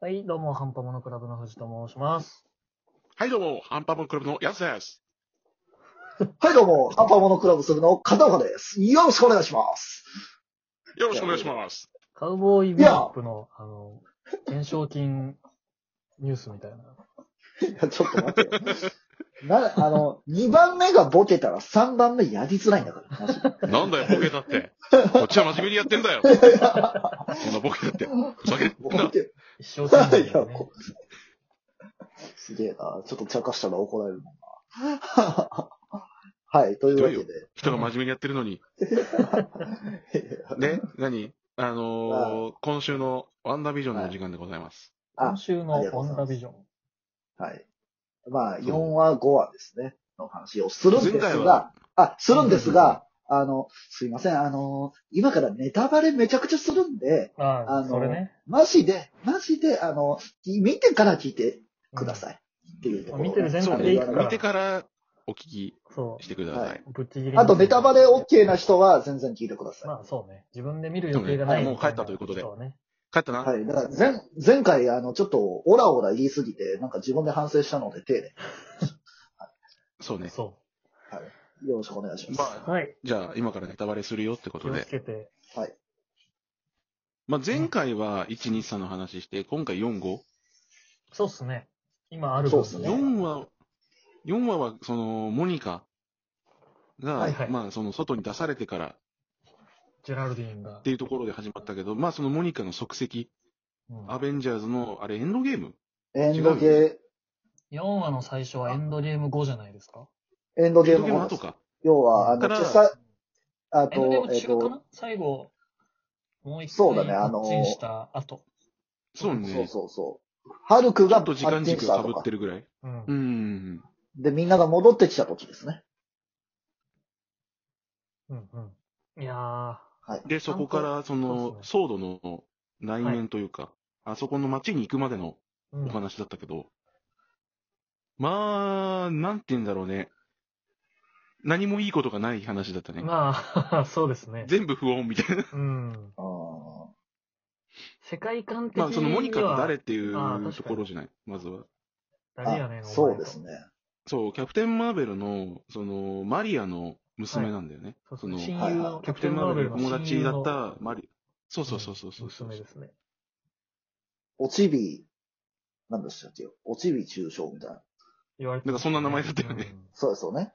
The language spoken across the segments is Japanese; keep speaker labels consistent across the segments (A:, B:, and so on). A: はい、どうも、ハンパモノクラブの藤と申します。
B: はい、どうも、アンパンマンクラブのやすです。
C: はい、どうも、アンパーモノクラブするの片岡です。よろしくお願いします。
B: よろしくお願いします。
A: カウボーイビップの、あの、懸賞金ニュースみたいな。
C: いや、ちょっと待ってよ。 な、あの、2番目がボケたら3番目やりづらいんだから、マジで
B: なんだよ、ボケだって。こっちは真面目にやってんだよ。そんなボケだって。ふざけん
C: ボ
B: な。
C: ケ。
A: 一生懸命、
C: いや、
A: ね
C: こ。すげえな。ちょっと茶化したら怒られるもんな。 はい、というわけで。
B: 人が真面目にやってるのに。ね、何あのー、今週のワンダービジョンのお時間でございます。
A: 今週の
C: ありがとう
A: オ
C: ござ
A: ン
C: います
A: ダビジョン。
C: はい。まあ、4話、5話ですね。の話をするんで
B: 前回
C: す
B: は
C: が、あ、するんですが、あの、すいません、あの、今からネタバレめちゃくちゃするんで、
A: ああ、
C: あの
A: それね。
C: マジで、マジで、あの、見てから聞いてくだ
A: い。
C: さい。っていうところ。
A: 見てる前
B: そう
A: 提
B: ね
A: でいくから。
B: 見てからお聞き
A: そ
B: してくださ
C: はいい。
A: う。ぶっちぎりに
C: あと、ネタバレ OK な。人は全然聞いてくださ
A: まあ、そうね。自分で見る予定がない、
C: そう
B: も
C: ね
B: う帰ったということで
A: 人はね。
B: 帰った
C: い。
B: な。
C: はい。だから、前、前回、あの、ちょっと、オラオラ言いすぎて、なんか自分で反省したので、丁寧
B: そうね。
A: そ
C: に。よろしくお願いします。
B: ま
A: う。
B: あ、
A: はい。
B: じゃあ、今からネタバレするよってこ
A: 気
B: と
A: を
B: で
A: つ。けて。
B: まあ、前回は1、2、3の話して、今回4、5。
A: そうっすね。今ある分ね
C: そうっすね
B: 4話、4話は、その、モニカが、
C: はい
A: はい
B: まあ、その、外に出されてから
A: ジェラルディンが
B: っ。ていうところで始まったけど、まあ、そのモニカの即席、
A: うん
B: アベンジャーズの、あれ、エンドゲーム
C: エンドゲ
A: 4話の最初はエンドゲーム後じゃないですか
C: ー、エンド
B: エ
C: ゲ
B: ン
C: ー
B: ド
C: ム
B: ゲーム
C: 後で
B: 後
C: す。
B: か。
C: 要は、あ
B: だか
C: の、
B: ら
C: 実際、あ
A: エンドゲー
C: と、
A: ム
C: えっ
A: 中かな
C: と、
A: 最後、もう一
C: そうだ
A: 回
C: ねあの
A: 発進した後。
B: そう
C: そう
B: ね。ち
C: そうそう。ハルク
B: ょ
C: が
B: っと時間軸が被ってるぐらい。
A: うん
B: う。ん。
C: で、みんなが戻ってきた時ですね。
A: うんうん。いやー、
B: で、そこから、その、ソードの内面というか、あそこの街に行くまでの
A: うん
B: お話だったけど、まあ、なんて言うんだろうね。何もいいことがない話だったね。
A: まあ、 そうですね。
B: 全部不穏みたいな。
A: うん。
C: あー
A: 世界観的に
B: ま
A: は、
B: あ、そのモニカって誰ってい
A: ああ確か
B: う
A: に
B: ところじゃない、まずは。
A: 誰やねん、お
C: あ
A: 前
C: そうです。ね。
B: そう、キャプテン・マーベルの、その、マリアの娘なんだよね。
A: そう
B: その、
A: 親
B: キ
A: 友の、
C: はい
A: キャ
B: ャ
A: プ
B: プ
A: テ
B: テ
A: ン
B: ン・
A: マ
B: マ
A: ー
B: ー
A: ベ
B: ベ
A: ル
B: ル
A: の
B: の友達だ
A: 親
B: っ
A: 友の
B: たマリア。そうそうそうそうそうそう。
A: 娘ですね。
C: おちび、なんでしたっけおちび中傷みたいな。
A: 言われてます
B: なんかそんな名前だったよね。
A: うん
C: そうですよね。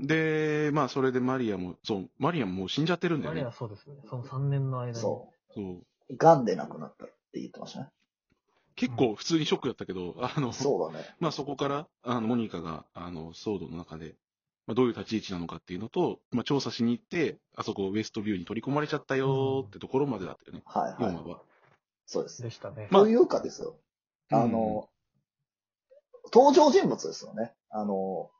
B: で、まあ、それでマリアも、そう、マリアももう死んじゃってるんだ
A: マ
B: よ
A: リ
B: ね
A: ア。そうですね。その3年の間に。
C: そ
B: そう。
C: う。癌で亡くなったって言ってましたね。
B: 結構普通にショックだったけど、あの、
C: そうだね。
B: まあ、そこから、あの、モニカが、あの、騒動の中で、まあ、どういう立ち位置なのかっていうのと、まあ、調査しに行って、あそこウエストビューに取り込まれちゃったよーってところまでだったよね、
C: はいは
B: 4
C: い。
B: 話は。
C: そうです。
A: でしたね。
B: まあ
C: というかですよ。あの、登場人物ですよね。あの、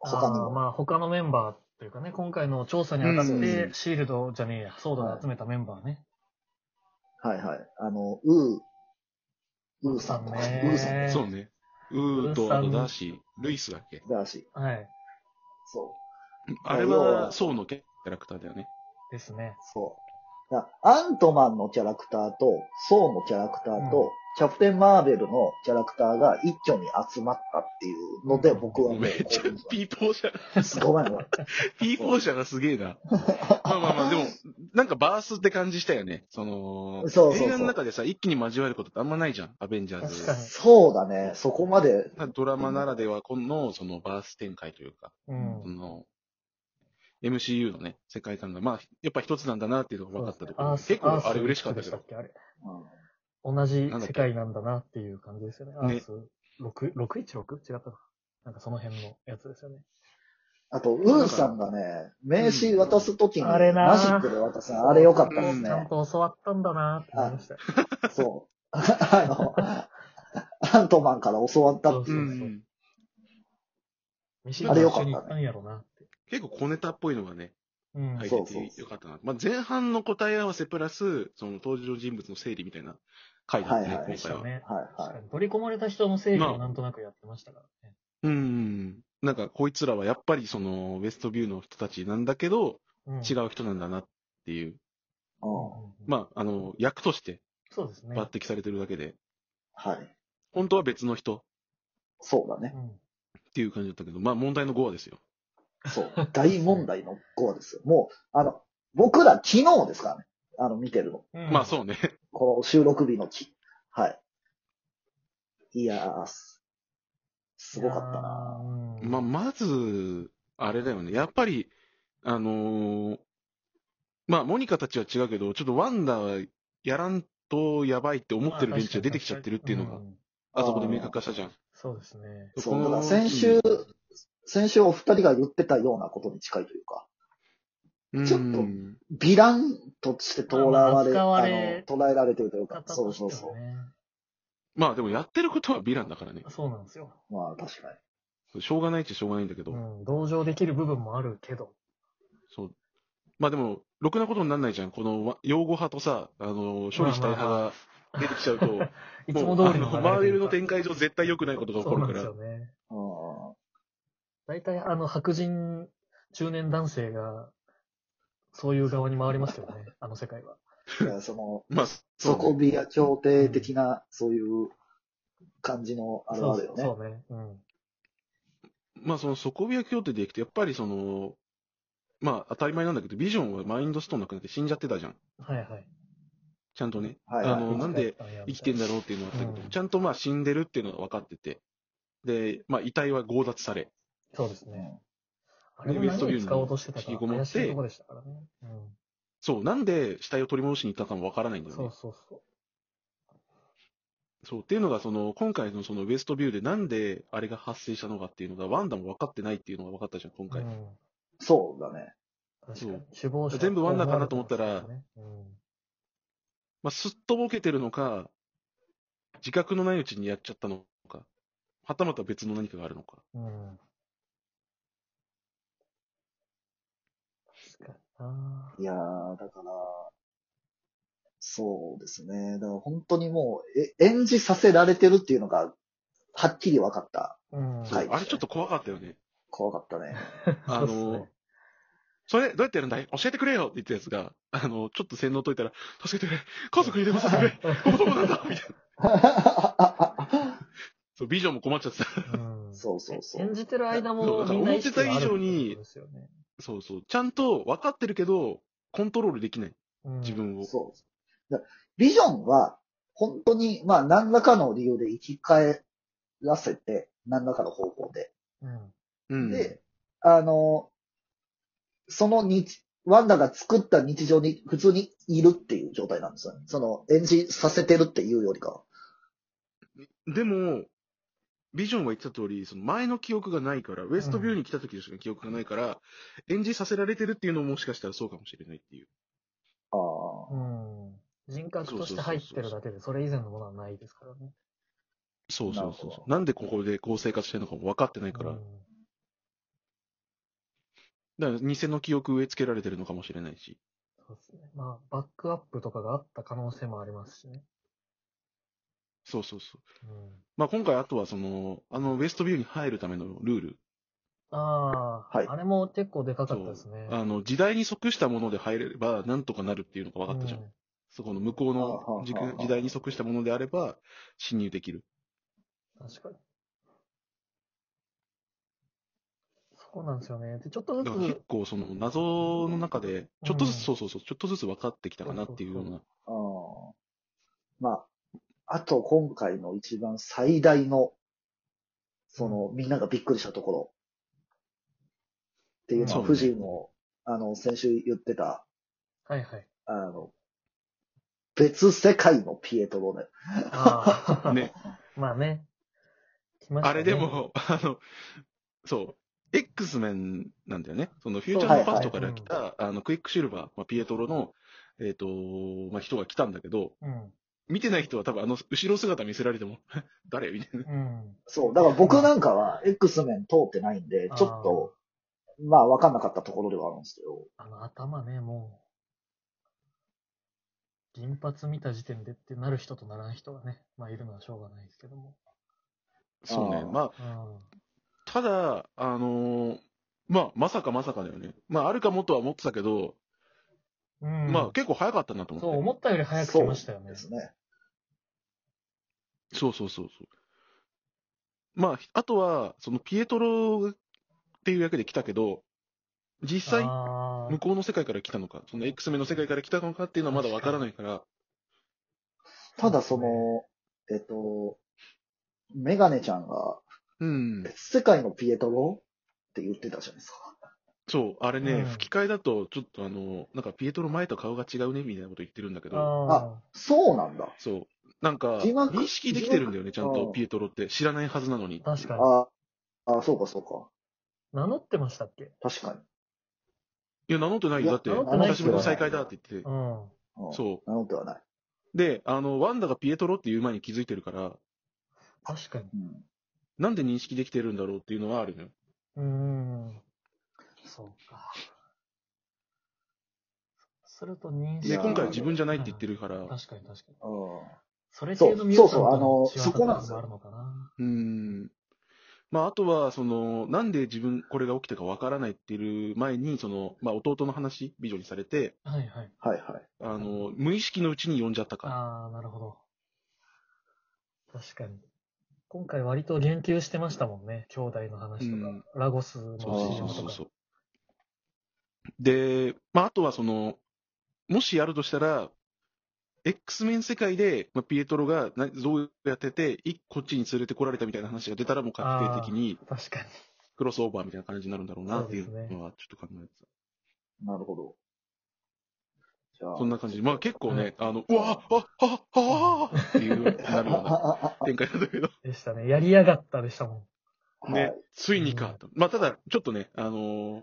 C: 他に
A: あー
C: も。
A: まあ、他のメンバーというかね、今回の調査にあたっ
B: うん
C: う
A: て、シールドじゃねえや、ソードを集めたメンバーね。
C: はいはい。あの、ウー、ウーさんとか、ウ
A: ね
C: ーさん
A: えー
B: そうね。ウーと、あとダーシー、ルイスだっけ
C: だし、
A: はい。
C: そう、
B: あれ
C: 要
B: は、
C: は
B: ソウのキャラクターだよね。
A: ですね。
C: そう。だアントマンのキャラクターと、ソーのキャラクターと、
A: うん
C: キャプテン・マーベルのキャラクターが一挙に集まったっていうので、僕はもう、
B: めっちゃ、ピーポー社、
C: ごめんごめん。
B: ピーポー社がすげえな。まあまあまあ、でも、なんかバースって感じしたよね。その、
C: そうそうそう
B: 映画の中でさ、一気に交わることってあんまないじゃん、アベンジャーズ。
A: 確かに
C: そうだね。そこまで、
B: ドラマならでは、この、そのバース展開というか、
A: うん
B: そ。の、MCU のね、世界観が、まあ、やっぱ一つなんだなっていうのが分かったところ、
A: そうですね
B: 結構あれ嬉しかったけ。
A: アースア
B: ど
A: ースでし。けあれ
C: うん
A: 同じ
B: なんだっけ
A: 世界なんだなっていう感じですよね。アー
B: ね
A: ス6、616? 違ったかなんかその辺のやつですよね。
C: あと、ウーさんがね、名刺渡すときに、
A: あれな
C: マジックで渡すのあれ良かったです
A: ちゃん
C: ね。
A: と教わったんだなって思いましたよ。
C: そう。 あの、アントマンから教わったって
A: そ
C: いうう。
B: うん
A: ミシルと一緒に行ったんやろなって。
B: 結構小ネタっぽいのがね、
A: うん。
B: 入
C: そう
B: っててよかったな。まあ、前半の答え合わせプラス、その登場人物の整理みたいな回だったね、
C: はいはい
A: で
B: 今
A: した
B: 回は。
A: ね。
C: はい
A: 確
C: は
A: か
C: い。
A: に取り込まれた人の整理
B: ま
A: を
B: あ
A: なんとなくやってましたからね。
B: うん。なんか、こいつらはやっぱりその、ウエストビューの人たちなんだけど、
A: うん
B: 違う人なんだなっていう。
C: う
A: うんんうんうん
B: まあ、あの、役として
A: そうですね。
B: 抜擢されてるだけで、
C: はい。
B: 本当は別の人
C: そうだね。
A: うん
B: っていう感じだったけど、まあ問題の5話ですよ。
C: そう。大問題の5で すよ。もう、あの、僕ら昨日ですからね。あの、見てるの。
A: うん
B: まあそうね。
C: この収録日のき。はい。いやー、すすごかったな。
A: な。うん
B: まあ、まず、あれだよね。やっぱり、あのーまあ、モニカたちは違うけど、ちょっとワンダーやらんとやばいって思ってる連中が出てきちゃってるっていうのが、
A: ん
B: あそこで明確化したじゃん。
A: そうですね。
C: そ
B: こ
C: う、
B: の
C: だから先週、先週お二人が言ってたようなことに近いというか、
B: うん
C: ちょっとヴィランとして捉われ、
A: まあ扱わ
C: あ
A: れ
C: の、捉えられてるというか、
A: 方
C: そ
A: と
C: う
A: して
C: そ
A: は
C: うそ
A: ね
B: まあでもやってることはヴィランだからね。
A: そうなんですよ。
C: う。まあ確か
B: しょうがないっちゃしょうがないんだけど。
A: うん。同情できる部分もあるけど。
B: そう。まあでも、ろくなことにならないじゃん。このわ擁護派とさ、あのー処理したい派が出てきちゃうと、
A: いつ
B: も
A: も
B: う、あ
A: 通りの
B: の、マーベルの展
A: 開
B: 開上絶対良くないことが起こるから
A: そう。なんですよね。
C: に。うん。
A: 大体、あの、白人、中年男性が、そういう側に回ります よね、あの世界は。
C: だからその、
B: まあ、うね
C: 底ビア協定的な、そういう感じのあれ
A: そ
C: はあ
A: う
C: るよね。
A: そうね。うん。
B: まあその底火協定でいくと、やっぱりその、まあ当たり前なんだけど、ビジョンはマインドストーンなくなって死んじゃってたじゃん。
A: はいはい。
B: ちゃんとね。
C: はいはい
B: あの、なんで生きてん
A: だ
B: だろうっていうのはあったけど、
A: うん
B: ちゃんとまあ死んでるっていうのが分かってて。で、まあ遺体は強奪され。
A: そうですね。あ
B: で
A: れも何
B: ウエストビュー
A: に
B: に
A: 使おうとしてた
B: 引き
A: か
B: こもって
A: 怪しいとこでしたからね。
B: そう、なんで死体を取り戻しに行ったかも分からないん
A: う
B: だ
A: ん。そ
B: よね
A: う。そうそう。
B: そう、っていうのがその、今回のそのウエストビューでなんであれが発生したのかっていうのが、ワンダも分かってないっていうのが分かったじゃん、今回。
A: うん
C: そうだね。
A: 確か
B: そう
A: に。首謀者。
B: 全部ワンダかなと思ったら
A: ねうん
B: まあ、すっとぼけてるのか、自覚のないうちにやっちゃったのか、はたまた別の何かがあるのか。
A: うん。確かにない
C: やー、だから、そうですね。だから本当にもう、え演じさせられてるっていうのが、はっきり分かった。
A: うん。
B: そう
C: はい
B: あれちょっと怖かったよね。
C: 怖かったね。
B: あ
A: そうっす
B: の
A: ね、
B: それ、どうやってやるんだい教えてくれよって言ったやつが、あの、ちょっと洗脳解いたら、助けてくれ家族に出ませてくれこのとこなんだみたいな。そう、ビジョンも困っちゃってた。
A: うん
C: そうそうそう。
A: 演じてる間
B: そう
A: も
B: だから
A: みんな意識があるってことですよね、
B: そうそう。ちゃんと分かってるけど、コントロールできない。
A: うん
B: 自分を。
C: そう。だビジョンは、本当に、まあ、何らかの理由で生き返らせて、何らかの方法で。
A: うん。
B: うん。
C: で、あの、その日、ワンダが作った日常に普通にいるっていう状態なんですよね。その、演じさせてるっていうよりかは。
B: でも、ビジョンは言ってた通り、その前の記憶がないから、ウエストビューに来た時しか記憶がないから、演じさせられてるっていうのももしかしたらそうかもしれないっていう。
C: ああ。
A: うん。人格として入ってるだけで、それ以前のものはないですからね。
B: そうそうそう
C: なるほ
B: そう。なんでここでこう生活してるのかも分かってないから、
A: うん
B: だから偽の記憶植え付けられてるのかもしれないし。
A: そうですね。まあ、バックアップとかがあった可能性もありますしね。
B: そうそうそう。
A: うん。
B: まあ今回あとはその、あの、ウエストビューに入るためのルール。
A: ああ、
C: はい
A: あれも結構でかか
B: そ
A: った
B: う
A: ですね。
B: あの、時代に即したもので入れれば、なんとかなるっていうのが分かったじゃん。
A: うん
B: そこの向こう
C: はあはあは
B: の
C: あ
B: 時空時代に即したものであれば、侵入できる。
A: 確かに。そうなんですよね。で、ちょっとず
B: だ
A: つ
B: から、結構その謎の中で、ちょっとずつ、
A: うん
B: そうそうそう、ちょっとずつ分かってきたかなっていうような。
C: ああまあ、あと今回の一番最大の、その、みんながびっくりしたところ。っていうの
B: そう
C: は、
B: ね
C: 夫人も、あの、先週言ってた、
A: はい はい。
C: あの、別世界のピエトロね。
A: ああ、
B: ね、
A: まあね。来ました
B: あ
A: ね
B: れで、も、 あの、そう、X メンなんだよね。そのフューチャーのパストから来た、あの、クイックシルバー、まあ、ピエトロの、えっ、と、まあ、人が来たんだけど、
A: うん。
B: 見てない人は多分あの、後ろ姿見せられても、 誰みたいな。
A: うん。
C: そう。だから僕なんかは、X 面通ってないんで
A: あ、ー
C: ちょっと、まあ、わかんなかったところではあるんですけど。
A: あの頭ね、もう、銀髪見た時点でってなる人とならない人がね、まあいるのはしょうがないですけども。
B: そうね
C: あ。ー
B: まあ、
A: うん。
B: ただ、あのーまあ、まさかまさかだよね。まあ、あるかもとは思ってたけど、
A: うん、
B: まあ、結構早かったなと思って。
A: そう、思ったより早く来ましたよね。
C: ですね。
B: そうそうそうそう。まあ、あとは、そのピエトロっていう役で来たけど、実際、
A: あ
B: 向こうの世界から来たのか、その X メンの世界から来たのかっていうのはまだわからないから、
C: ただその、えっと、メガネちゃんが、
B: うん。
C: 別世界のピエトロって言ってたじゃないですか。
B: そう、あれね、
A: うん
B: 吹き替えだと、ちょっとあの、なんかピエトロ前と顔が違うね、みたいなこと言ってるんだけ
A: ー
B: ど、
A: あ
C: そうなんだ。
B: そう。なんか、
C: 字幕
B: 認識できてるんだよね、ちゃんと
C: 字幕
B: ピエトロって。知らないはずなのに
A: ー。。確かに。
C: ああ、そうかそう
A: 名乗ってましたっけ
C: か。確かに。
B: いや、名乗ってない
C: いや
B: よ。だって、
A: 名乗ってない
B: 久しぶりの再会だって言って
A: う。ん。
C: うん、
B: そ
C: なのではない。
B: う。で、あの、ワンダがピエトロっていう前に気づいてるから、
A: 確かに。
C: うん。
B: なんで認識できてるんだろうっていうのはあるのよ。
A: うーん。そうか。すると認識。
C: い
B: で、
C: やー
B: 今回は自分じゃないって言ってるか
A: うん
B: ら、
A: 確かに確かに。
C: うん
A: それ系のミュージシャンとの
C: そうそうあのそこなんです
A: 違和感
C: よ
A: があるのかな。
B: うん。まあ、あとは、その、なんで自分、これが起きたかわからないっていう前に、その、まあ、弟の話、美女にされて、
A: はいはい。
C: はいはい。
B: あの、無意識のうちに呼んじゃったから。
A: ああ、なるほど。確かに。今回割と言及してましたもんね。兄弟の話とか、
B: うん
A: ラゴスの
B: そうそうそう
A: CM
B: そ
A: と
B: う
A: か。
B: そう。で、まあ、あとはその、もしやるとしたら、X メン世界で、まあ、ピエトロがなどうやってて、いこっちに連れてこられたみたいな話が出たら、もう確定的に
A: 確かに。
B: クロスオーバーみたいな感じになるんだろうなっていう
A: そうですね
B: のは、ちょっと考えて
C: なるほど。じゃ
B: た。
C: あ。
B: そんな感じで、まあ結構ね、あの、
C: う
B: う
C: ん
B: わあ、あ、あ、あ、あっていうようになるような
C: あああ
B: 展開なんだけど、
A: でしたね。やりやがったでしたもん。
C: あは
B: ね
C: い、
B: ついにかと。まあただ、ちょっとね、あの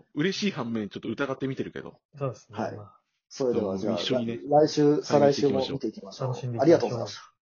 B: ー嬉しい反面、ちょっと疑ってみてるけど、
A: そうですね。
C: はい
A: まあ
C: それではじゃあ、
B: 一緒にね
C: 来週、再来週も見ていきましょ
A: 楽しんでいきましょう
C: う。ありがとうございました。